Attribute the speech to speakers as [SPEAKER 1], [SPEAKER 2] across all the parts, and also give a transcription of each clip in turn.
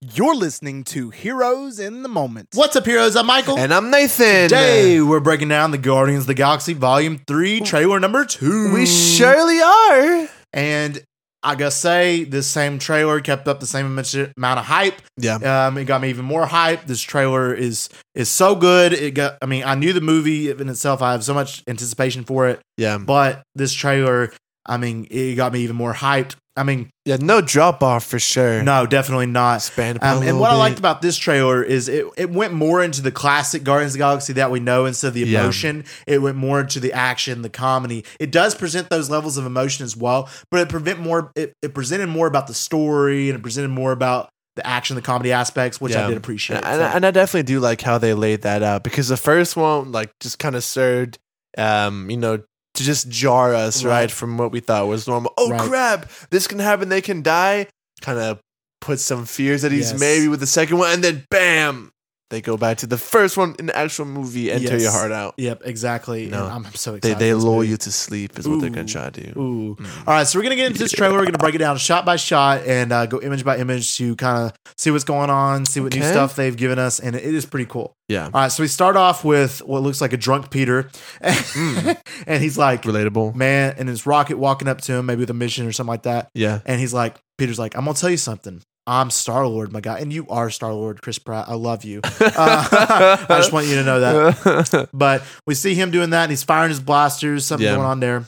[SPEAKER 1] You're listening to Heroes in the Moment. uh,
[SPEAKER 2] What's up, heroes? I'm Michael.
[SPEAKER 3] And I'm Nathan.
[SPEAKER 2] Today, we're breaking down the Guardians of the Galaxy Volume 3, trailer number 2.
[SPEAKER 3] We surely are.
[SPEAKER 2] And I gotta say, this same trailer kept up the same amount of hype.
[SPEAKER 3] Yeah.
[SPEAKER 2] Um, it got me even more hype. This trailer is is so good. It got. I mean, I knew the movie in itself. I have so much anticipation for it,
[SPEAKER 3] Yeah.
[SPEAKER 2] but this trailer, I mean, it got me even more hyped. I mean,
[SPEAKER 3] Yeah, no drop off for sure.
[SPEAKER 2] no, definitely not.
[SPEAKER 3] Expand
[SPEAKER 2] Um,
[SPEAKER 3] upon a
[SPEAKER 2] and
[SPEAKER 3] little
[SPEAKER 2] what I
[SPEAKER 3] bit.
[SPEAKER 2] liked about this trailer is it, it went more into the classic Guardians of the Galaxy that we know instead of the
[SPEAKER 3] Yeah.
[SPEAKER 2] emotion. It went more into the action, the comedy. It does present those levels of emotion as well, but it prevent more. It, it presented more about the story and it presented more about the action, the comedy aspects, which I
[SPEAKER 3] Yeah.
[SPEAKER 2] did appreciate.
[SPEAKER 3] And, and, I- and I definitely do like how they laid that out because the first one, like, just kind of served, um, you know, to just jar us, right.
[SPEAKER 2] Right.
[SPEAKER 3] from what we thought was normal. Oh,
[SPEAKER 2] Right.
[SPEAKER 3] crap, this can happen, they can die. Kind of put some fears at ease,
[SPEAKER 2] Yes.
[SPEAKER 3] maybe with the second one, and then bam, they go back to the first one in the actual movie and tear your
[SPEAKER 2] Yes.
[SPEAKER 3] heart out.
[SPEAKER 2] yep, exactly.
[SPEAKER 3] No.
[SPEAKER 2] And I'm so
[SPEAKER 3] They,
[SPEAKER 2] excited.
[SPEAKER 3] they
[SPEAKER 2] for this
[SPEAKER 3] lull
[SPEAKER 2] movie.
[SPEAKER 3] you to sleep, is what they're going
[SPEAKER 2] Ooh.
[SPEAKER 3] to try to do.
[SPEAKER 2] Ooh.
[SPEAKER 3] Mm.
[SPEAKER 2] All right, so we're gonna get into this trailer. We're gonna break it down shot by shot and uh, go image by image to kind of see what's going on, see what new
[SPEAKER 3] Okay.
[SPEAKER 2] stuff they've given us, and it is pretty cool.
[SPEAKER 3] Yeah.
[SPEAKER 2] All right, so we start off with what looks like a drunk Peter, and he's like,
[SPEAKER 3] Relatable.
[SPEAKER 2] "Man," and it's Rocket walking up to him, maybe with a mission or something like that,
[SPEAKER 3] Yeah.
[SPEAKER 2] and he's like, "Peter's like, I'm gonna tell you something. I'm Star Lord, my guy, and you are Star Lord, Chris Pratt. I love you. Uh, I just want you to know that."
[SPEAKER 3] that.
[SPEAKER 2] But we see him doing that, and he's firing his blasters. Something
[SPEAKER 3] Yeah.
[SPEAKER 2] going on there.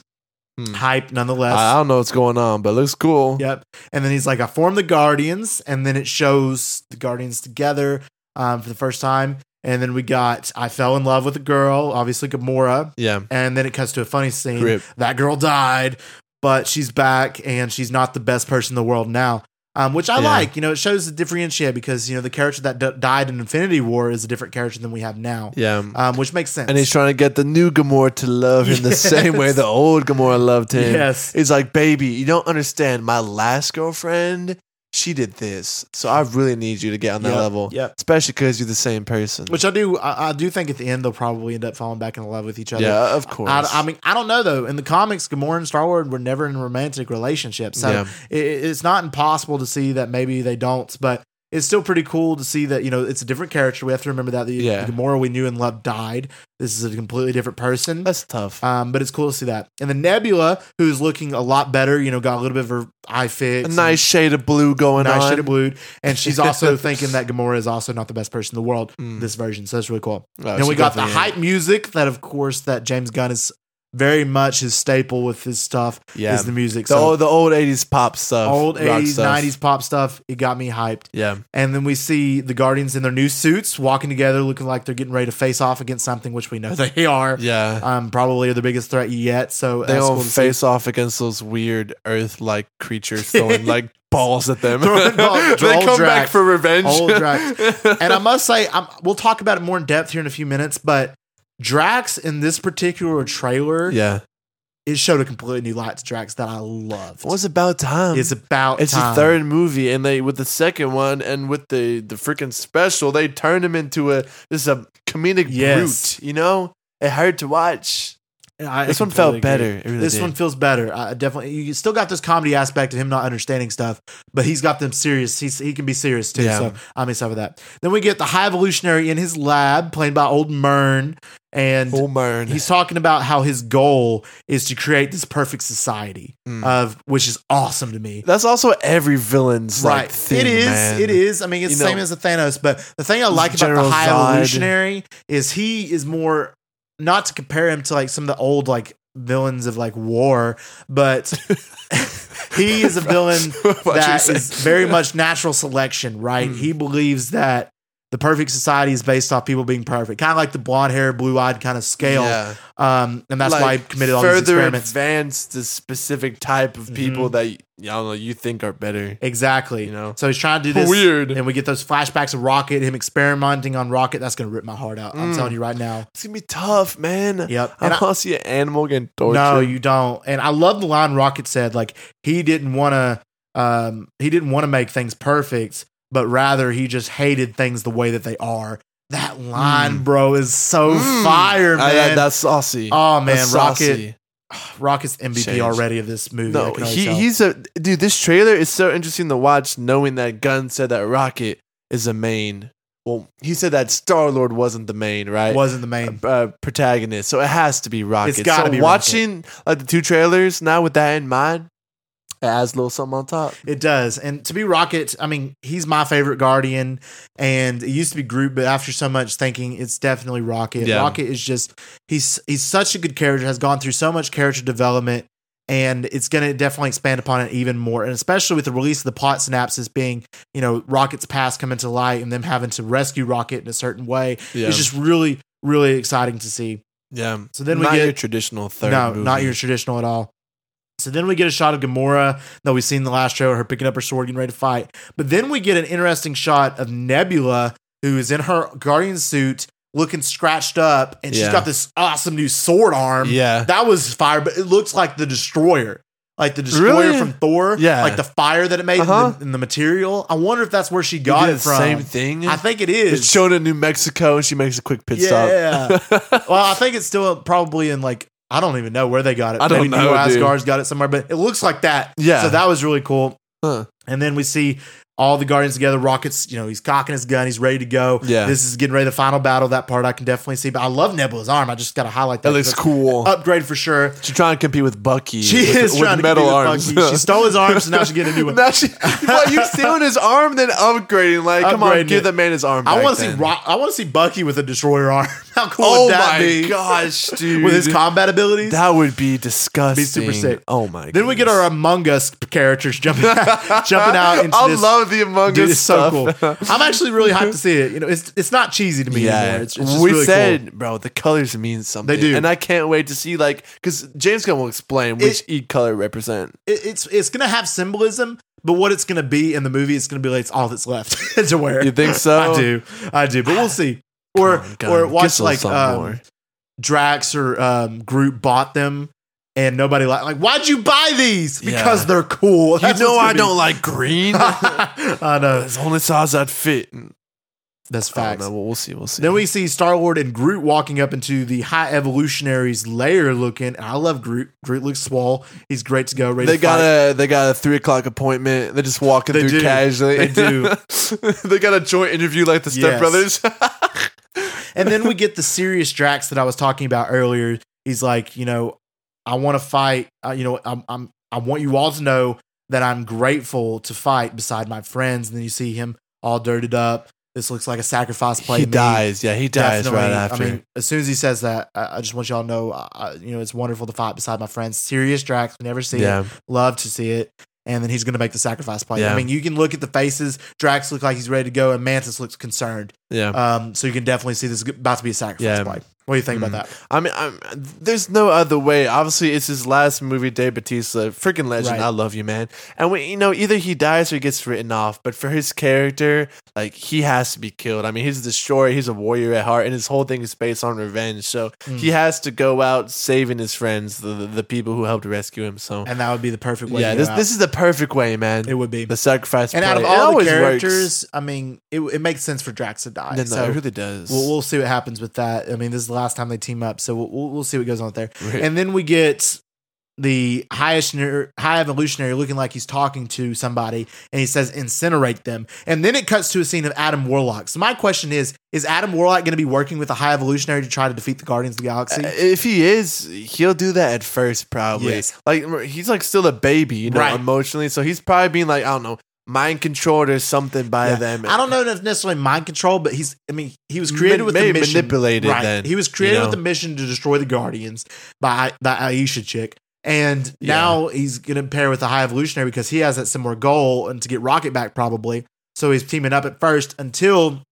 [SPEAKER 3] Hmm.
[SPEAKER 2] Hype, nonetheless.
[SPEAKER 3] I I don't know what's going on, but it looks cool.
[SPEAKER 2] Yep. And then he's like, I formed the Guardians, and then it shows the Guardians together um, for the first time. And then we got I fell in love with a girl, obviously Gamora.
[SPEAKER 3] Yeah.
[SPEAKER 2] And then it cuts to a funny scene.
[SPEAKER 3] Rip.
[SPEAKER 2] That girl died, but she's back, and she's not the best person in the world now. Um, which I
[SPEAKER 3] Yeah.
[SPEAKER 2] like. You know, it shows the differentiate because you know the character that d- died in Infinity War is a different character than we have now,
[SPEAKER 3] Yeah.
[SPEAKER 2] um, which makes sense.
[SPEAKER 3] and he's trying to get the new Gamora to love him the same way
[SPEAKER 2] Yes.
[SPEAKER 3] the old Gamora loved him.
[SPEAKER 2] Yes.
[SPEAKER 3] He's like, baby, you don't understand. My last girlfriend, she did this. So I really need you to get on that
[SPEAKER 2] Yep,
[SPEAKER 3] level.
[SPEAKER 2] yep.
[SPEAKER 3] Especially because you're the same person.
[SPEAKER 2] Which I do. I, I do think at the end they'll probably end up falling back in love with each other.
[SPEAKER 3] yeah, of course.
[SPEAKER 2] I, I mean, I don't know though. In the comics, Gamora and Star Lord were never in a romantic relationship, so
[SPEAKER 3] Yeah.
[SPEAKER 2] it, it's not impossible to see that maybe they don't. But it's still pretty cool to see that you know it's a different character. We have to remember that the,
[SPEAKER 3] Yeah.
[SPEAKER 2] the Gamora we knew and loved died. This is a completely different person.
[SPEAKER 3] that's tough.
[SPEAKER 2] Um, but it's cool to see that. And the Nebula, who's looking a lot better, you know, got a little bit of her eye
[SPEAKER 3] a
[SPEAKER 2] fix,
[SPEAKER 3] nice shade of blue going
[SPEAKER 2] nice
[SPEAKER 3] on.
[SPEAKER 2] shade of blue, and she's also thinking that Gamora is also not the best person in the world.
[SPEAKER 3] Mm.
[SPEAKER 2] This version, so that's really cool.
[SPEAKER 3] Oh,
[SPEAKER 2] Then
[SPEAKER 3] she
[SPEAKER 2] we got the
[SPEAKER 3] definitely-
[SPEAKER 2] hype music that, of course, that James Gunn is very much his staple with his stuff
[SPEAKER 3] Yeah.
[SPEAKER 2] is the music.
[SPEAKER 3] The,
[SPEAKER 2] So
[SPEAKER 3] old, the old 80s pop stuff.
[SPEAKER 2] old
[SPEAKER 3] rock
[SPEAKER 2] eighties,
[SPEAKER 3] stuff.
[SPEAKER 2] nineties pop stuff. It got me hyped.
[SPEAKER 3] Yeah.
[SPEAKER 2] And then we see the Guardians in their new suits walking together, looking like they're getting ready to face off against something, which we know they are.
[SPEAKER 3] Yeah.
[SPEAKER 2] Um, probably are the biggest threat yet. So
[SPEAKER 3] they
[SPEAKER 2] that's
[SPEAKER 3] all
[SPEAKER 2] cool to see.
[SPEAKER 3] face off against those weird earth-like creatures throwing like balls at them.
[SPEAKER 2] Throwing balls.
[SPEAKER 3] they
[SPEAKER 2] Old
[SPEAKER 3] come back
[SPEAKER 2] Drax.
[SPEAKER 3] for revenge.
[SPEAKER 2] Old Drax. and I must say, i we'll talk about it more in depth here in a few minutes, but. Drax in this particular trailer,
[SPEAKER 3] yeah,
[SPEAKER 2] it showed a completely new light to Drax that I loved.
[SPEAKER 3] it was about time.
[SPEAKER 2] it's about
[SPEAKER 3] um, It's
[SPEAKER 2] time.
[SPEAKER 3] the third movie, and they with the second one, and with the the freaking special, they turned him into a just a comedic
[SPEAKER 2] Yes.
[SPEAKER 3] brute. You know, it hurt to watch.
[SPEAKER 2] I
[SPEAKER 3] this one felt
[SPEAKER 2] completely agree.
[SPEAKER 3] better. It really
[SPEAKER 2] this
[SPEAKER 3] did.
[SPEAKER 2] one feels better. I definitely. You still got this comedy aspect of him not understanding stuff, but he's got them serious. He's, he can be serious too.
[SPEAKER 3] Yeah.
[SPEAKER 2] So I'm excited for that. Then we get the high evolutionary in his lab, played by old Mern, and
[SPEAKER 3] Oh, man.
[SPEAKER 2] he's talking about how his goal is to create this perfect society
[SPEAKER 3] Mm.
[SPEAKER 2] of which is awesome to me.
[SPEAKER 3] That's also every villain's like thing.
[SPEAKER 2] it is.
[SPEAKER 3] man.
[SPEAKER 2] It is. I mean, it's
[SPEAKER 3] You
[SPEAKER 2] the same
[SPEAKER 3] know-
[SPEAKER 2] as the Thanos, but the thing I like about
[SPEAKER 3] General
[SPEAKER 2] the High
[SPEAKER 3] Zod.
[SPEAKER 2] Evolutionary is he is more not to compare him to like some of the old like villains of like war, but he is a villain
[SPEAKER 3] What you
[SPEAKER 2] that
[SPEAKER 3] say.
[SPEAKER 2] is very much natural selection, right?
[SPEAKER 3] Hmm.
[SPEAKER 2] He believes that the perfect society is based off people being perfect, kind of like the blonde hair, blue eyed kind of scale.
[SPEAKER 3] Yeah.
[SPEAKER 2] Um, and that's why I
[SPEAKER 3] like,
[SPEAKER 2] committed all these
[SPEAKER 3] further
[SPEAKER 2] experiments. Mhm.
[SPEAKER 3] advanced the specific type of people that you, I don't know you think are better.
[SPEAKER 2] Exactly.
[SPEAKER 3] You know?
[SPEAKER 2] so he's trying to do this.
[SPEAKER 3] Weird.
[SPEAKER 2] And we get those flashbacks of Rocket, him experimenting on Rocket. That's gonna rip my heart out. I'm
[SPEAKER 3] Mm.
[SPEAKER 2] telling you right now.
[SPEAKER 3] It's gonna be tough, man.
[SPEAKER 2] Yep.
[SPEAKER 3] I
[SPEAKER 2] And
[SPEAKER 3] don't
[SPEAKER 2] I-
[SPEAKER 3] want to see an animal getting tortured.
[SPEAKER 2] no, you don't. And I love the line Rocket said. Like he didn't want to. Um, he didn't want to make things perfect, but rather he just hated things the way that they are. That line, bro, is so
[SPEAKER 3] Mm.
[SPEAKER 2] fire,
[SPEAKER 3] I-
[SPEAKER 2] man.
[SPEAKER 3] that's saucy.
[SPEAKER 2] oh man,
[SPEAKER 3] That's
[SPEAKER 2] Rocket,
[SPEAKER 3] saucy.
[SPEAKER 2] Rocket's MVP
[SPEAKER 3] Changed.
[SPEAKER 2] already of this movie. I
[SPEAKER 3] No,
[SPEAKER 2] can already
[SPEAKER 3] he
[SPEAKER 2] tell.
[SPEAKER 3] he's a dude. This trailer is so interesting to watch, knowing that Gunn said that Rocket is the main. Well, he said that Star Lord wasn't the main, right?
[SPEAKER 2] wasn't the main.
[SPEAKER 3] uh, protagonist, so it has to be Rocket.
[SPEAKER 2] gotta
[SPEAKER 3] so
[SPEAKER 2] be Rocket.
[SPEAKER 3] watching like the two trailers now with that in mind, it adds a little something on top.
[SPEAKER 2] It does. And to be Rocket, I mean, he's my favorite Guardian, and it used to be Groot, but after so much thinking, it's definitely Rocket.
[SPEAKER 3] Yeah.
[SPEAKER 2] Rocket is just he's he's such a good character, has gone through so much character development, and it's going to definitely expand upon it even more. And especially with the release of the plot synopsis being, you know, Rocket's past coming to light and them having to rescue Rocket in a certain way,
[SPEAKER 3] Yeah,
[SPEAKER 2] it's just really really exciting to see.
[SPEAKER 3] yeah.
[SPEAKER 2] So then we
[SPEAKER 3] Not
[SPEAKER 2] get
[SPEAKER 3] your traditional third.
[SPEAKER 2] no,
[SPEAKER 3] movie.
[SPEAKER 2] not your traditional at all. So then we get a shot of Gamora that we've seen in the last trailer, her picking up her sword, getting ready to fight. But then we get an interesting shot of Nebula, who is in her guardian suit, looking scratched up, and she's
[SPEAKER 3] Yeah.
[SPEAKER 2] got this awesome new sword arm.
[SPEAKER 3] Yeah,
[SPEAKER 2] That was fire, but it looks like the destroyer. Like the destroyer
[SPEAKER 3] Really?
[SPEAKER 2] from Thor.
[SPEAKER 3] Yeah.
[SPEAKER 2] Like the fire that it made in,
[SPEAKER 3] Uh-huh.
[SPEAKER 2] the, in the material. I wonder if that's where she
[SPEAKER 3] You
[SPEAKER 2] got
[SPEAKER 3] did
[SPEAKER 2] it
[SPEAKER 3] the
[SPEAKER 2] from.
[SPEAKER 3] Same thing.
[SPEAKER 2] I think it
[SPEAKER 3] it's
[SPEAKER 2] is.
[SPEAKER 3] shown in New Mexico, and she makes a quick pit
[SPEAKER 2] Yeah.
[SPEAKER 3] stop.
[SPEAKER 2] Well, I think it's still probably in like I don't even know where they got it.
[SPEAKER 3] I don't
[SPEAKER 2] Maybe
[SPEAKER 3] know,
[SPEAKER 2] New
[SPEAKER 3] dude.
[SPEAKER 2] Asgard's got it somewhere, but it looks like that.
[SPEAKER 3] Yeah.
[SPEAKER 2] So that was really cool.
[SPEAKER 3] Huh.
[SPEAKER 2] And then we see all the Guardians together. Rockets, you know, he's cocking his gun. He's ready to go.
[SPEAKER 3] Yeah.
[SPEAKER 2] This is getting ready. The final battle. That part I can definitely see. But I love Nebula's arm. I just got to highlight that.
[SPEAKER 3] that looks
[SPEAKER 2] That's
[SPEAKER 3] cool.
[SPEAKER 2] Upgrade for sure.
[SPEAKER 3] She's trying to compete with Bucky.
[SPEAKER 2] She
[SPEAKER 3] with,
[SPEAKER 2] is
[SPEAKER 3] with
[SPEAKER 2] trying to
[SPEAKER 3] metal
[SPEAKER 2] compete with
[SPEAKER 3] arms.
[SPEAKER 2] Bucky. She stole his arm, so now she get a new one.
[SPEAKER 3] Now she, well, you're stealing his arm, then upgrading. Like, come
[SPEAKER 2] Upgrading
[SPEAKER 3] on,
[SPEAKER 2] it.
[SPEAKER 3] give the man his arm.
[SPEAKER 2] I
[SPEAKER 3] back
[SPEAKER 2] want to see.
[SPEAKER 3] then.
[SPEAKER 2] Rock, I want to see Bucky with a destroyer arm. How cool
[SPEAKER 3] Oh
[SPEAKER 2] would that
[SPEAKER 3] my
[SPEAKER 2] be?
[SPEAKER 3] gosh, dude!
[SPEAKER 2] With his combat abilities.
[SPEAKER 3] that would be disgusting.
[SPEAKER 2] sick.
[SPEAKER 3] Oh my!
[SPEAKER 2] Then we get our Among Us characters jumping jumping out into
[SPEAKER 3] I
[SPEAKER 2] this.
[SPEAKER 3] love the Among
[SPEAKER 2] Dude,
[SPEAKER 3] Us
[SPEAKER 2] it's
[SPEAKER 3] stuff.
[SPEAKER 2] so cool. I'm actually really hyped to see it. You know, it's it's not cheesy to me anymore. It's, it's just
[SPEAKER 3] we
[SPEAKER 2] really
[SPEAKER 3] said,
[SPEAKER 2] cool.
[SPEAKER 3] bro, the colors mean something.
[SPEAKER 2] They do.
[SPEAKER 3] and I can't wait to see like because James Gunn will explain which
[SPEAKER 2] It-
[SPEAKER 3] each color represent.
[SPEAKER 2] It, it's it's gonna have symbolism, but what it's gonna be in the movie, it's gonna be like it's all that's left to wear.
[SPEAKER 3] You think so?
[SPEAKER 2] I do, I do. But we'll see.
[SPEAKER 3] Come
[SPEAKER 2] Or
[SPEAKER 3] on, Gunn,
[SPEAKER 2] or
[SPEAKER 3] give
[SPEAKER 2] watch
[SPEAKER 3] us
[SPEAKER 2] like
[SPEAKER 3] something
[SPEAKER 2] um,
[SPEAKER 3] more.
[SPEAKER 2] Drax or um, Groot bought them, and nobody like like why'd you buy these?
[SPEAKER 3] Yeah.
[SPEAKER 2] Because they're cool.
[SPEAKER 3] You
[SPEAKER 2] That's
[SPEAKER 3] know I
[SPEAKER 2] what's
[SPEAKER 3] don't
[SPEAKER 2] gonna
[SPEAKER 3] like green.
[SPEAKER 2] be- I know
[SPEAKER 3] There's only size that fit.
[SPEAKER 2] that's
[SPEAKER 3] I don't
[SPEAKER 2] facts.
[SPEAKER 3] know. Well, we'll see. We'll see.
[SPEAKER 2] Then we see Star Lord and Groot walking up into the High Evolutionaries lair looking. And I love Groot. Groot looks swole. He's great to go. Ready
[SPEAKER 3] They
[SPEAKER 2] to
[SPEAKER 3] got
[SPEAKER 2] fight.
[SPEAKER 3] a they got a three o'clock appointment. They're just walking
[SPEAKER 2] They do.
[SPEAKER 3] through
[SPEAKER 2] They
[SPEAKER 3] casually.
[SPEAKER 2] do.
[SPEAKER 3] they got a joint interview like the Step
[SPEAKER 2] Yes.
[SPEAKER 3] Brothers.
[SPEAKER 2] and then we get the serious Drax that I was talking about earlier. He's like, you know, I want to fight. Uh, you know, I'm, I'm, I want you all to know that I'm grateful to fight beside my friends. And then you see him all dirtied up. This looks like a sacrifice play.
[SPEAKER 3] he
[SPEAKER 2] to me.
[SPEAKER 3] dies. Yeah, he dies right after.
[SPEAKER 2] I mean, as soon as he says that, I, I just want y'all to know, I, I- you know, it's wonderful to fight beside my friends. Serious Drax, we never see it.
[SPEAKER 3] yeah,
[SPEAKER 2] love to see it. And then he's going to make the sacrifice play.
[SPEAKER 3] Yeah.
[SPEAKER 2] I mean, you can look at the faces. Drax looks like he's ready to go, and Mantis looks concerned.
[SPEAKER 3] yeah.
[SPEAKER 2] Um, so you can definitely see this is about to be a sacrifice
[SPEAKER 3] Yeah.
[SPEAKER 2] play. What do you think
[SPEAKER 3] Mm.
[SPEAKER 2] about that?
[SPEAKER 3] I mean, I'm, there's no other way. Obviously, it's his last movie, Dave Batista, freaking legend.
[SPEAKER 2] Right.
[SPEAKER 3] I love you, man. And we, you know, either he dies or he gets written off. But for his character, like he has to be killed. I mean, he's a destroyer. He's a warrior at heart, and his whole thing is based on revenge. So
[SPEAKER 2] Mm.
[SPEAKER 3] he has to go out saving his friends, the the, the people who helped rescue him. So
[SPEAKER 2] And that would be the perfect way.
[SPEAKER 3] yeah,
[SPEAKER 2] to
[SPEAKER 3] this
[SPEAKER 2] go out.
[SPEAKER 3] this is the perfect way, man.
[SPEAKER 2] it would be.
[SPEAKER 3] the sacrifice.
[SPEAKER 2] And out of
[SPEAKER 3] play. It
[SPEAKER 2] all the
[SPEAKER 3] always
[SPEAKER 2] characters, I mean, it, it makes sense for Drax to die.
[SPEAKER 3] works. No, no,
[SPEAKER 2] so
[SPEAKER 3] it really does.
[SPEAKER 2] we'll, we'll see what happens with that. I mean, this is the last time they team up, so we'll, we'll, we'll see what goes on there. And then we get the highest high evolutionary looking like he's talking to somebody and he says incinerate them and then it cuts to a scene of adam warlock so my question is is adam warlock going to be working with the high evolutionary to try to defeat the guardians of the galaxy
[SPEAKER 3] Uh, If he is, he'll do that at first, probably.
[SPEAKER 2] Yes.
[SPEAKER 3] Like he's like still a baby, you know,
[SPEAKER 2] Right.
[SPEAKER 3] emotionally. So he's probably being like, I don't know, mind controlled or something by
[SPEAKER 2] Yeah.
[SPEAKER 3] them.
[SPEAKER 2] i don't know if it's necessarily mind control but he's i mean he was created with
[SPEAKER 3] maybe
[SPEAKER 2] the mission
[SPEAKER 3] manipulated.
[SPEAKER 2] right.
[SPEAKER 3] Then
[SPEAKER 2] he was created
[SPEAKER 3] you
[SPEAKER 2] with the
[SPEAKER 3] know?
[SPEAKER 2] mission to destroy the guardians by by aisha chick and
[SPEAKER 3] Yeah.
[SPEAKER 2] now he's going to pair with the high evolutionary because he has that similar goal and to get rocket back probably so he's teaming up at first until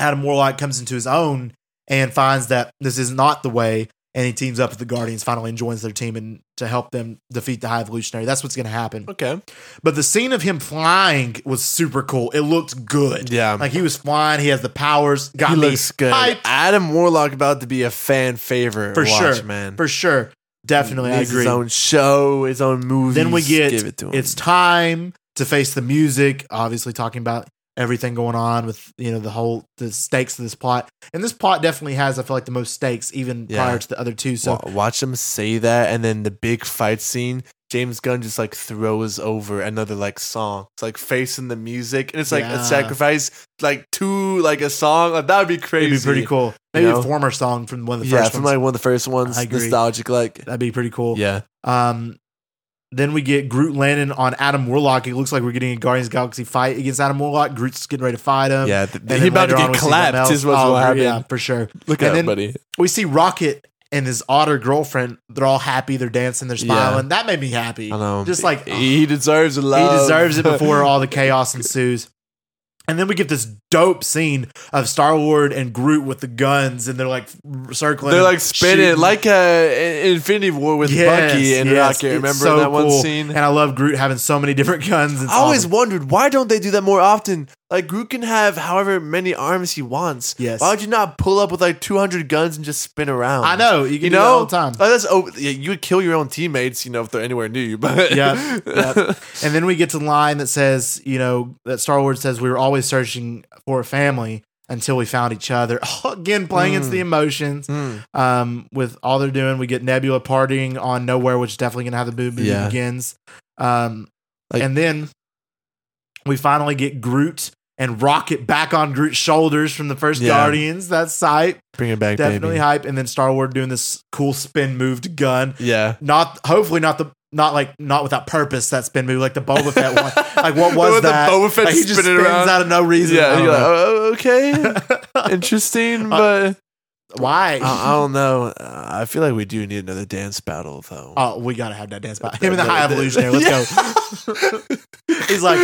[SPEAKER 2] adam warlock comes into his own and finds that this is not the way and he teams up with the guardians finally and joins their team and to help them defeat the high evolutionary that's what's going to happen
[SPEAKER 3] okay.
[SPEAKER 2] but the scene of him flying was super cool it looked good
[SPEAKER 3] Yeah,
[SPEAKER 2] like he was flying he has the powers got
[SPEAKER 3] he
[SPEAKER 2] me
[SPEAKER 3] looks good.
[SPEAKER 2] hyped.
[SPEAKER 3] Adam Warlock about to be a fan favorite
[SPEAKER 2] For
[SPEAKER 3] watch,
[SPEAKER 2] sure.
[SPEAKER 3] man.
[SPEAKER 2] for sure definitely i
[SPEAKER 3] Needs
[SPEAKER 2] agree
[SPEAKER 3] His own show, his own movie.
[SPEAKER 2] Then we get
[SPEAKER 3] give it to him.
[SPEAKER 2] it's time to face the music obviously talking about everything going on with you know the whole the stakes of this plot and this plot definitely has i feel like the most stakes even
[SPEAKER 3] Yeah.
[SPEAKER 2] prior to the other two so
[SPEAKER 3] Wa- watch him say that, and then the big fight scene James Gunn just like throws over another like song. It's like facing the music, and it's like
[SPEAKER 2] Yeah.
[SPEAKER 3] a sacrifice, like to like a song. Like, that would be crazy.
[SPEAKER 2] It'd be pretty cool. Maybe
[SPEAKER 3] know?
[SPEAKER 2] a former song from one of the
[SPEAKER 3] yeah,
[SPEAKER 2] first
[SPEAKER 3] from
[SPEAKER 2] ones.
[SPEAKER 3] like one of the first ones,
[SPEAKER 2] I agree.
[SPEAKER 3] nostalgic. Like,
[SPEAKER 2] That'd be pretty cool.
[SPEAKER 3] yeah,
[SPEAKER 2] Um, then we get Groot landing on Adam Warlock. It looks like we're getting a Guardians of the Galaxy fight against Adam Warlock. Groot's getting ready to fight him.
[SPEAKER 3] yeah. Th-
[SPEAKER 2] And
[SPEAKER 3] he
[SPEAKER 2] then
[SPEAKER 3] about to
[SPEAKER 2] later on
[SPEAKER 3] get
[SPEAKER 2] we see something
[SPEAKER 3] clapped.
[SPEAKER 2] else.
[SPEAKER 3] Is what's
[SPEAKER 2] Oh,
[SPEAKER 3] gonna happen.
[SPEAKER 2] Yeah, for sure.
[SPEAKER 3] Look
[SPEAKER 2] And
[SPEAKER 3] at
[SPEAKER 2] then-
[SPEAKER 3] him, buddy.
[SPEAKER 2] We see Rocket and his otter girlfriend. They're all happy. They're dancing. They're
[SPEAKER 3] Yeah.
[SPEAKER 2] smiling. That made me happy.
[SPEAKER 3] I know.
[SPEAKER 2] Just like
[SPEAKER 3] Um, he, he deserves a
[SPEAKER 2] He
[SPEAKER 3] love.
[SPEAKER 2] deserves it before all the chaos ensues. And then we get this dope scene of Star Lord and Groot with the guns, and they're like circling.
[SPEAKER 3] They're
[SPEAKER 2] and
[SPEAKER 3] like spinning
[SPEAKER 2] shooting.
[SPEAKER 3] like uh, in Infinity War with
[SPEAKER 2] Yes,
[SPEAKER 3] Bucky and
[SPEAKER 2] yes,
[SPEAKER 3] Rocket.
[SPEAKER 2] it's
[SPEAKER 3] Remember
[SPEAKER 2] so
[SPEAKER 3] that one
[SPEAKER 2] cool.
[SPEAKER 3] scene?
[SPEAKER 2] And I love Groot having so many different guns. It's
[SPEAKER 3] I always
[SPEAKER 2] awesome.
[SPEAKER 3] wondered why don't they do that more often? Like Groot can have however many arms he wants.
[SPEAKER 2] Yes.
[SPEAKER 3] Why would you not pull up with like 200 guns and just spin around?
[SPEAKER 2] I know you can
[SPEAKER 3] You
[SPEAKER 2] do that
[SPEAKER 3] know,
[SPEAKER 2] all the time.
[SPEAKER 3] Like, that's oh, yeah, you would kill your own teammates, you know, if they're anywhere near you. But
[SPEAKER 2] Yeah, yeah. And then we get to the line that says, you know, that Star Wars says we were always searching for a family until we found each other. Oh, Again, playing into
[SPEAKER 3] Mm.
[SPEAKER 2] the emotions.
[SPEAKER 3] Hmm.
[SPEAKER 2] Um, with all they're doing, we get Nebula partying on Nowhere, which is definitely gonna have the boo boo
[SPEAKER 3] Yeah.
[SPEAKER 2] begins. Um,
[SPEAKER 3] Like-
[SPEAKER 2] and then we finally get Groot and Rocket back on Groot's shoulders from the first
[SPEAKER 3] Yeah.
[SPEAKER 2] Guardians. That's hype,
[SPEAKER 3] Bring it back,
[SPEAKER 2] definitely
[SPEAKER 3] baby.
[SPEAKER 2] hype. And then Star Wars doing this cool spin move to gun
[SPEAKER 3] Yeah.
[SPEAKER 2] not hopefully not the not like not without purpose that's been movie like the Boba Fett one. Like what was
[SPEAKER 3] With the
[SPEAKER 2] that?
[SPEAKER 3] Boba Fett
[SPEAKER 2] like, he just
[SPEAKER 3] spinning
[SPEAKER 2] spins
[SPEAKER 3] around.
[SPEAKER 2] out of no reason. I
[SPEAKER 3] yeah.
[SPEAKER 2] don't
[SPEAKER 3] You're oh. like,
[SPEAKER 2] know. Uh,
[SPEAKER 3] oh, okay. Interesting, but
[SPEAKER 2] Why?
[SPEAKER 3] I, I don't know. Uh, I feel like we do need another dance battle, though.
[SPEAKER 2] oh, we gotta have that dance by him and the High Evolutionary. Let's
[SPEAKER 3] go.
[SPEAKER 2] go. He's like,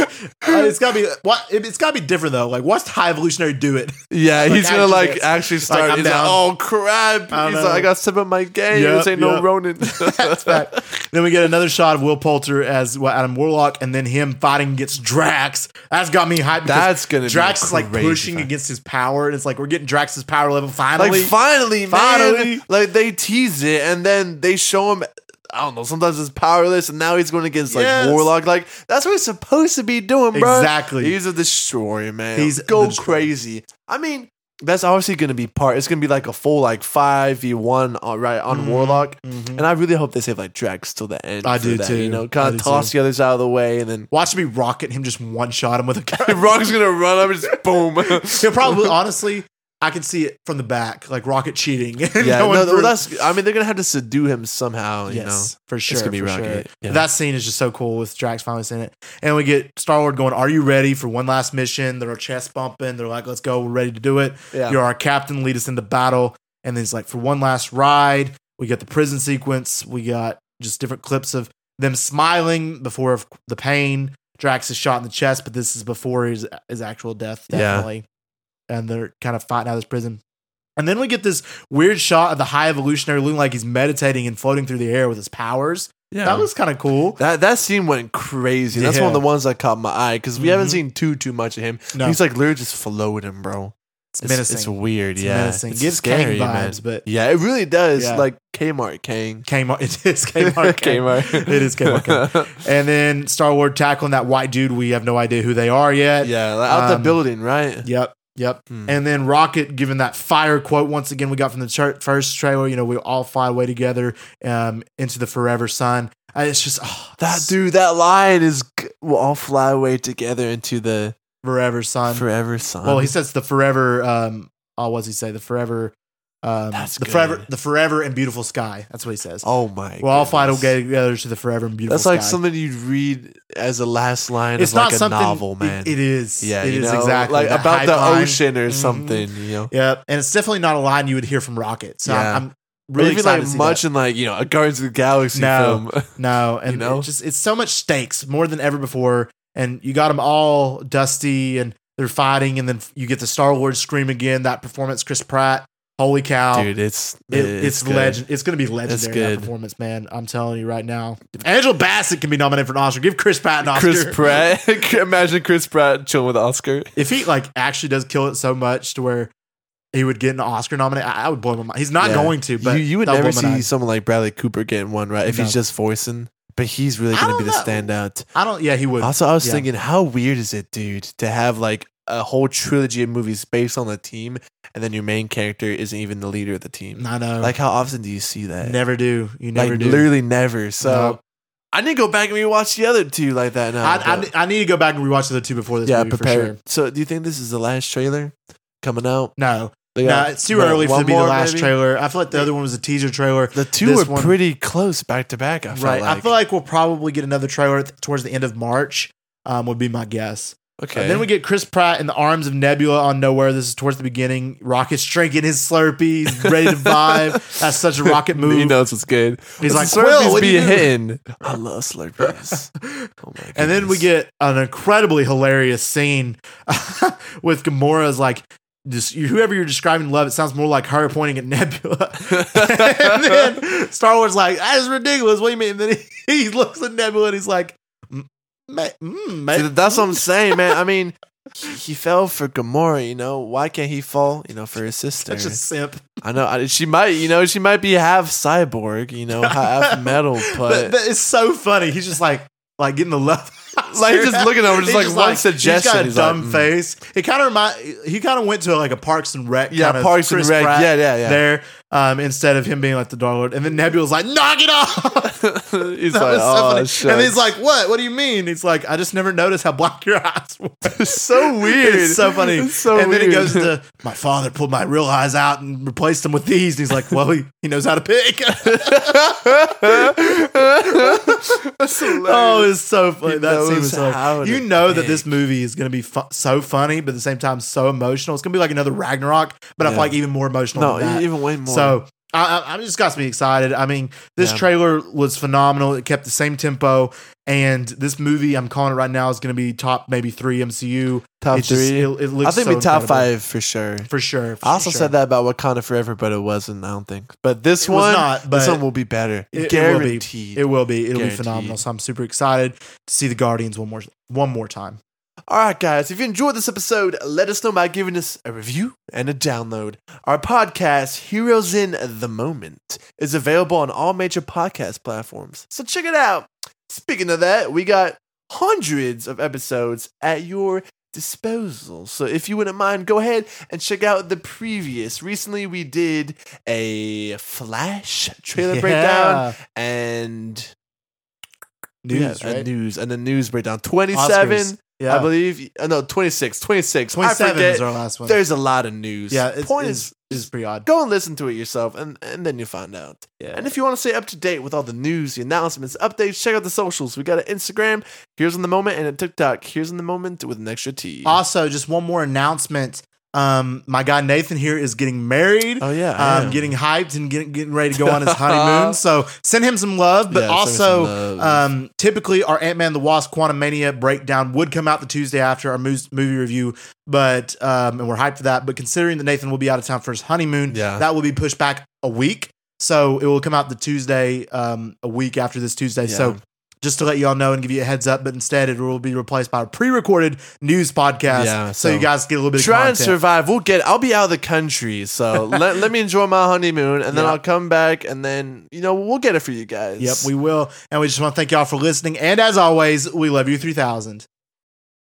[SPEAKER 2] uh, it's gotta be what? it- It's gotta be different though. Like, what's the High Evolutionary do it?
[SPEAKER 3] Yeah,
[SPEAKER 2] Like,
[SPEAKER 3] he's gonna
[SPEAKER 2] actually,
[SPEAKER 3] like
[SPEAKER 2] it's-
[SPEAKER 3] actually start.
[SPEAKER 2] I'm
[SPEAKER 3] he's like,
[SPEAKER 2] down.
[SPEAKER 3] oh crap!
[SPEAKER 2] I
[SPEAKER 3] he's
[SPEAKER 2] know.
[SPEAKER 3] like, I got to step up my game.
[SPEAKER 2] Yep,
[SPEAKER 3] this ain't no
[SPEAKER 2] yep.
[SPEAKER 3] Ronin.
[SPEAKER 2] That's fact. Then we get another shot of Will Poulter as well, Adam Warlock, and then him fighting against Drax. That's got me hyped. because
[SPEAKER 3] That's gonna
[SPEAKER 2] Drax
[SPEAKER 3] be
[SPEAKER 2] is like
[SPEAKER 3] crazy
[SPEAKER 2] pushing
[SPEAKER 3] fight.
[SPEAKER 2] against his power, and it's like we're getting Drax's power level finally.
[SPEAKER 3] Like finally, finally,
[SPEAKER 2] Finally.
[SPEAKER 3] man. like they tease it and then they show him. I don't know. Sometimes it's powerless, and now he's going against like
[SPEAKER 2] Yes.
[SPEAKER 3] Warlock. Like that's what he's supposed to be doing, bro.
[SPEAKER 2] Exactly.
[SPEAKER 3] He's a destroyer, man.
[SPEAKER 2] He's
[SPEAKER 3] He's go
[SPEAKER 2] the destroyer.
[SPEAKER 3] crazy. I mean, that's obviously going to be part. It's going to be like a full like five v one, all right,
[SPEAKER 2] Mhm.
[SPEAKER 3] on Warlock.
[SPEAKER 2] Mhm.
[SPEAKER 3] And I really hope they save like Drax till the end.
[SPEAKER 2] I
[SPEAKER 3] for
[SPEAKER 2] do
[SPEAKER 3] that,
[SPEAKER 2] too.
[SPEAKER 3] You know,
[SPEAKER 2] I
[SPEAKER 3] kind
[SPEAKER 2] do
[SPEAKER 3] of toss the others out of the way, and then
[SPEAKER 2] Watch me rocket him, just one shot him with a gun.
[SPEAKER 3] Rock's gonna run up and just boom.
[SPEAKER 2] He'll probably, honestly, I can see it from the back, like rocket cheating. and
[SPEAKER 3] yeah,
[SPEAKER 2] going
[SPEAKER 3] no,
[SPEAKER 2] through.
[SPEAKER 3] well, that's. I mean, they're gonna have to subdue him somehow. You know,
[SPEAKER 2] yes, for sure.
[SPEAKER 3] gonna be
[SPEAKER 2] for
[SPEAKER 3] Rocket,
[SPEAKER 2] sure.
[SPEAKER 3] yeah.
[SPEAKER 2] That scene is just so cool with Drax finally seeing it, and we get Star Lord going, "Are you ready for one last mission?" They're chest bumping. They're like, "Let's go. We're ready to do it.
[SPEAKER 3] yeah.
[SPEAKER 2] You're our captain. Lead us into battle." And then he's like, "For one last ride." We get the prison sequence. We got just different clips of them smiling before of the pain. Drax is shot in the chest, but this is before his his actual death,
[SPEAKER 3] Yeah.
[SPEAKER 2] definitely. And they're kind of fighting out of this prison. And then we get this weird shot of the high evolutionary looking like he's meditating and floating through the air with his powers.
[SPEAKER 3] yeah.
[SPEAKER 2] That was kind of cool.
[SPEAKER 3] That that scene went crazy. That's
[SPEAKER 2] Yeah.
[SPEAKER 3] one of the ones that caught my eye because we haven't
[SPEAKER 2] Mhm.
[SPEAKER 3] seen too too much of him.
[SPEAKER 2] No,
[SPEAKER 3] He's like literally just floating, bro.
[SPEAKER 2] it's
[SPEAKER 3] It's,
[SPEAKER 2] menacing.
[SPEAKER 3] it's weird.
[SPEAKER 2] It's
[SPEAKER 3] yeah,
[SPEAKER 2] menacing.
[SPEAKER 3] it's
[SPEAKER 2] Gives
[SPEAKER 3] scary,
[SPEAKER 2] Kang
[SPEAKER 3] man.
[SPEAKER 2] vibes, but
[SPEAKER 3] Yeah, it really does.
[SPEAKER 2] Yeah.
[SPEAKER 3] Like Kmart Kang.
[SPEAKER 2] Kmart. It is Kmart. Kang. It is Kmart And then Star Wars tackling that white dude. We have no idea who they are yet.
[SPEAKER 3] yeah, like, out
[SPEAKER 2] Um,
[SPEAKER 3] the building, right?
[SPEAKER 2] Yep. Yep.
[SPEAKER 3] Hmm.
[SPEAKER 2] And then Rocket giving that fire quote once again we got from the char- first trailer. You know, we all fly away together um, into the forever sun. Uh, it's just oh,
[SPEAKER 3] That
[SPEAKER 2] it's
[SPEAKER 3] dude, that line is. g- We'll all fly away together into the
[SPEAKER 2] forever sun.
[SPEAKER 3] forever sun.
[SPEAKER 2] well, he says the forever. Um, oh, what does he say? The forever. Um,
[SPEAKER 3] That's
[SPEAKER 2] the
[SPEAKER 3] good.
[SPEAKER 2] forever, the forever and beautiful sky. That's what he says.
[SPEAKER 3] oh my,
[SPEAKER 2] we'll all fly
[SPEAKER 3] goodness.
[SPEAKER 2] away together to the forever and beautiful.
[SPEAKER 3] That's like
[SPEAKER 2] sky.
[SPEAKER 3] something you'd read as a last line
[SPEAKER 2] It's
[SPEAKER 3] of
[SPEAKER 2] not
[SPEAKER 3] like a
[SPEAKER 2] something.
[SPEAKER 3] novel,
[SPEAKER 2] it-
[SPEAKER 3] man.
[SPEAKER 2] it is.
[SPEAKER 3] yeah,
[SPEAKER 2] it
[SPEAKER 3] you
[SPEAKER 2] is
[SPEAKER 3] know,
[SPEAKER 2] exactly
[SPEAKER 3] like
[SPEAKER 2] that
[SPEAKER 3] about
[SPEAKER 2] hype
[SPEAKER 3] the
[SPEAKER 2] line.
[SPEAKER 3] ocean or
[SPEAKER 2] Mhm.
[SPEAKER 3] something. You know,
[SPEAKER 2] Yep, and it's definitely not a line you would hear from Rocket. So I'm,
[SPEAKER 3] Yeah.
[SPEAKER 2] I'm really
[SPEAKER 3] even
[SPEAKER 2] excited
[SPEAKER 3] like
[SPEAKER 2] to see that.
[SPEAKER 3] much in like you know a Guardians of the Galaxy
[SPEAKER 2] No.
[SPEAKER 3] film.
[SPEAKER 2] No, and
[SPEAKER 3] You know?
[SPEAKER 2] it just it's so much stakes more than ever before. And you got them all dusty, and they're fighting, and then you get the Star Wars scream again. That performance, Chris Pratt, holy cow!
[SPEAKER 3] Dude, it's
[SPEAKER 2] It- it's
[SPEAKER 3] good.
[SPEAKER 2] legend. It's going to be legendary that
[SPEAKER 3] good.
[SPEAKER 2] performance, man. I'm telling you right now. If Angela Bassett can be nominated for an Oscar, give Chris Pratt an Oscar.
[SPEAKER 3] Chris Pratt. Imagine Chris Pratt chilling with Oscar.
[SPEAKER 2] If he like actually does kill it so much to where he would get an Oscar nomination, I, I would blow my mind. He's not
[SPEAKER 3] Yeah.
[SPEAKER 2] going to, but
[SPEAKER 3] you, you would
[SPEAKER 2] that
[SPEAKER 3] never
[SPEAKER 2] would blow my
[SPEAKER 3] see
[SPEAKER 2] mind.
[SPEAKER 3] someone like Bradley Cooper getting one, right? If
[SPEAKER 2] No.
[SPEAKER 3] he's just voicing, but he's really
[SPEAKER 2] I
[SPEAKER 3] going to
[SPEAKER 2] don't
[SPEAKER 3] be the
[SPEAKER 2] know.
[SPEAKER 3] standout.
[SPEAKER 2] I don't. Yeah, he would.
[SPEAKER 3] Also, I was
[SPEAKER 2] Yeah.
[SPEAKER 3] thinking, how weird is it, dude, to have like a whole trilogy of movies based on the team, and then your main character isn't even the leader of the team?
[SPEAKER 2] I know.
[SPEAKER 3] Like, how often do you see that?
[SPEAKER 2] never do. You never
[SPEAKER 3] like,
[SPEAKER 2] do.
[SPEAKER 3] literally never. So, I need to go back and rewatch the other two like that now.
[SPEAKER 2] I, I,
[SPEAKER 3] but-
[SPEAKER 2] ne- I need to go back and rewatch the other two before this
[SPEAKER 3] yeah,
[SPEAKER 2] movie
[SPEAKER 3] prepare.
[SPEAKER 2] for sure.
[SPEAKER 3] So, do you think this is the last trailer coming out?
[SPEAKER 2] No,
[SPEAKER 3] They
[SPEAKER 2] no,
[SPEAKER 3] got
[SPEAKER 2] it's too
[SPEAKER 3] what,
[SPEAKER 2] early for it
[SPEAKER 3] one
[SPEAKER 2] to be the
[SPEAKER 3] more,
[SPEAKER 2] last
[SPEAKER 3] maybe?
[SPEAKER 2] trailer. I feel like the other one was a teaser trailer.
[SPEAKER 3] The two
[SPEAKER 2] This
[SPEAKER 3] were
[SPEAKER 2] one-
[SPEAKER 3] pretty close back to back. I felt
[SPEAKER 2] right.
[SPEAKER 3] like.
[SPEAKER 2] I feel like we'll probably get another trailer th- towards the end of March. Um, would be my guess.
[SPEAKER 3] okay.
[SPEAKER 2] And uh, then we get Chris Pratt in the arms of Nebula on Nowhere. This is towards the beginning. Rocket's drinking his Slurpee, he's ready to vibe. That's such a rocket move.
[SPEAKER 3] He knows what's good.
[SPEAKER 2] He's like,
[SPEAKER 3] What's the
[SPEAKER 2] Quill,
[SPEAKER 3] Slurpees
[SPEAKER 2] what do
[SPEAKER 3] be
[SPEAKER 2] you do?"
[SPEAKER 3] hitting. I love Slurpees. Oh my
[SPEAKER 2] And then we
[SPEAKER 3] goodness.
[SPEAKER 2] get an incredibly hilarious scene with Gamora's like, just, whoever you're describing love, it sounds more like her pointing at Nebula. and then Star Wars like, that is ridiculous. What do you mean? And then he, he looks at Nebula and he's like, "Mm, ma- mm, ma-
[SPEAKER 3] See, that's what I'm saying, man. I mean, he, he fell for Gamora. You know why can't he fall? You know for his sister.
[SPEAKER 2] such a simp.
[SPEAKER 3] I know I, she might. You know she might be half cyborg. You know half metal,
[SPEAKER 2] But,
[SPEAKER 3] but,
[SPEAKER 2] but it's so funny. He's just like, like getting the love.
[SPEAKER 3] Like, he's just looking over, just
[SPEAKER 2] He's
[SPEAKER 3] like, one suggestion,
[SPEAKER 2] He's got a
[SPEAKER 3] he's like,
[SPEAKER 2] dumb
[SPEAKER 3] mm.
[SPEAKER 2] face. It kind of remind. He kind of went to like a Parks and Rec.
[SPEAKER 3] yeah,
[SPEAKER 2] kind of
[SPEAKER 3] Parks and
[SPEAKER 2] Chris
[SPEAKER 3] Rec.
[SPEAKER 2] Pratt
[SPEAKER 3] Yeah, yeah, yeah.
[SPEAKER 2] There, um, instead of him being like the Dark Lord, and then Nebula's like, "Knock it off."
[SPEAKER 3] he's
[SPEAKER 2] That
[SPEAKER 3] like,
[SPEAKER 2] was so funny.
[SPEAKER 3] oh,
[SPEAKER 2] and he's
[SPEAKER 3] shucks."
[SPEAKER 2] like, "What? What do you mean?" He's like, "I just never noticed how black your eyes were."
[SPEAKER 3] It's so weird.
[SPEAKER 2] It's so funny.
[SPEAKER 3] It's so
[SPEAKER 2] and then he
[SPEAKER 3] weird.
[SPEAKER 2] goes into my father pulled my real eyes out and replaced them with these. And he's like, well, he, he knows how to pick.
[SPEAKER 3] That's hilarious.
[SPEAKER 2] oh, it's so funny.
[SPEAKER 3] He
[SPEAKER 2] that scene
[SPEAKER 3] knows
[SPEAKER 2] was so
[SPEAKER 3] how to
[SPEAKER 2] You know that
[SPEAKER 3] pick.
[SPEAKER 2] this movie is going to be fu- so funny, but at the same time, so emotional. It's going to be like another Ragnarok, but I
[SPEAKER 3] Yeah.
[SPEAKER 2] feel like even more emotional.
[SPEAKER 3] no,
[SPEAKER 2] than that.
[SPEAKER 3] even way more.
[SPEAKER 2] So I, I, I'm just got to be excited. I mean, this
[SPEAKER 3] Yeah.
[SPEAKER 2] trailer was phenomenal. It kept the same tempo, and this movie I'm calling it right now is going to be top maybe three MCU.
[SPEAKER 3] top
[SPEAKER 2] It's just-
[SPEAKER 3] three.
[SPEAKER 2] it, it looks
[SPEAKER 3] I think
[SPEAKER 2] so
[SPEAKER 3] we top
[SPEAKER 2] incredible.
[SPEAKER 3] five for sure.
[SPEAKER 2] for sure. for
[SPEAKER 3] I also
[SPEAKER 2] sure.
[SPEAKER 3] said that about Wakanda Forever, but it wasn't. I don't think. But this
[SPEAKER 2] It was
[SPEAKER 3] one,
[SPEAKER 2] not,
[SPEAKER 3] this
[SPEAKER 2] but
[SPEAKER 3] one will be better.
[SPEAKER 2] it- it will be.
[SPEAKER 3] Guaranteed.
[SPEAKER 2] it will be. It'll be
[SPEAKER 3] Guaranteed.
[SPEAKER 2] phenomenal. So I'm super excited to see the Guardians one more one more time.
[SPEAKER 3] All right, guys. If you enjoyed this episode, let us know by giving us a review and a download. Our podcast, Heroes in the Moment, is available on all major podcast platforms. So check it out. Speaking of that, we got hundreds of episodes at your disposal. So if you wouldn't mind, go ahead and check out the previous. Recently, we did a Flash trailer
[SPEAKER 2] Yeah.
[SPEAKER 3] breakdown and
[SPEAKER 2] News,
[SPEAKER 3] yeah, a
[SPEAKER 2] right?
[SPEAKER 3] news and a news breakdown. Twenty-seven.
[SPEAKER 2] Oscars. Yeah,
[SPEAKER 3] I believe. uh, No, 26. 26. I
[SPEAKER 2] 27
[SPEAKER 3] forget.
[SPEAKER 2] is our last one.
[SPEAKER 3] There's a lot of news.
[SPEAKER 2] yeah, it's,
[SPEAKER 3] Point
[SPEAKER 2] it's,
[SPEAKER 3] is,
[SPEAKER 2] it's pretty odd.
[SPEAKER 3] go and listen to it yourself, and, and then you find out.
[SPEAKER 2] Yeah.
[SPEAKER 3] And if you want to stay up to date with all the news, the announcements, updates, check out the socials. We got an Instagram, Here's in the Moment, and a TikTok, Here's in the Moment with an extra T.
[SPEAKER 2] Also, just one more announcement. Um, my guy Nathan here is getting married.
[SPEAKER 3] Oh, yeah. I
[SPEAKER 2] um,
[SPEAKER 3] am.
[SPEAKER 2] getting hyped and getting, getting ready to go on his honeymoon. so send him some love, but
[SPEAKER 3] Yeah, send me some
[SPEAKER 2] also.
[SPEAKER 3] love.
[SPEAKER 2] Um, typically, our Ant Man the Wasp Quantum Mania breakdown would come out the Tuesday after our moos- movie review, but um, and we're hyped for that. But considering that Nathan will be out of town for his honeymoon,
[SPEAKER 3] Yeah.
[SPEAKER 2] that will be pushed back a week, so it will come out the Tuesday, um, a week after this Tuesday. So
[SPEAKER 3] Yeah.
[SPEAKER 2] just to let y'all know and give you a heads up, but instead it will be replaced by a pre-recorded news podcast,
[SPEAKER 3] Yeah,
[SPEAKER 2] so,
[SPEAKER 3] so
[SPEAKER 2] you guys get a little bit.
[SPEAKER 3] Try
[SPEAKER 2] of
[SPEAKER 3] and
[SPEAKER 2] content.
[SPEAKER 3] survive. We'll get. I'll be out of the country, so let, let me enjoy my honeymoon, and then
[SPEAKER 2] Yeah.
[SPEAKER 3] I'll come back, and then you know we'll get it for you guys.
[SPEAKER 2] Yep, we will. And we just want to thank y'all for listening. And as always, we love you 3000.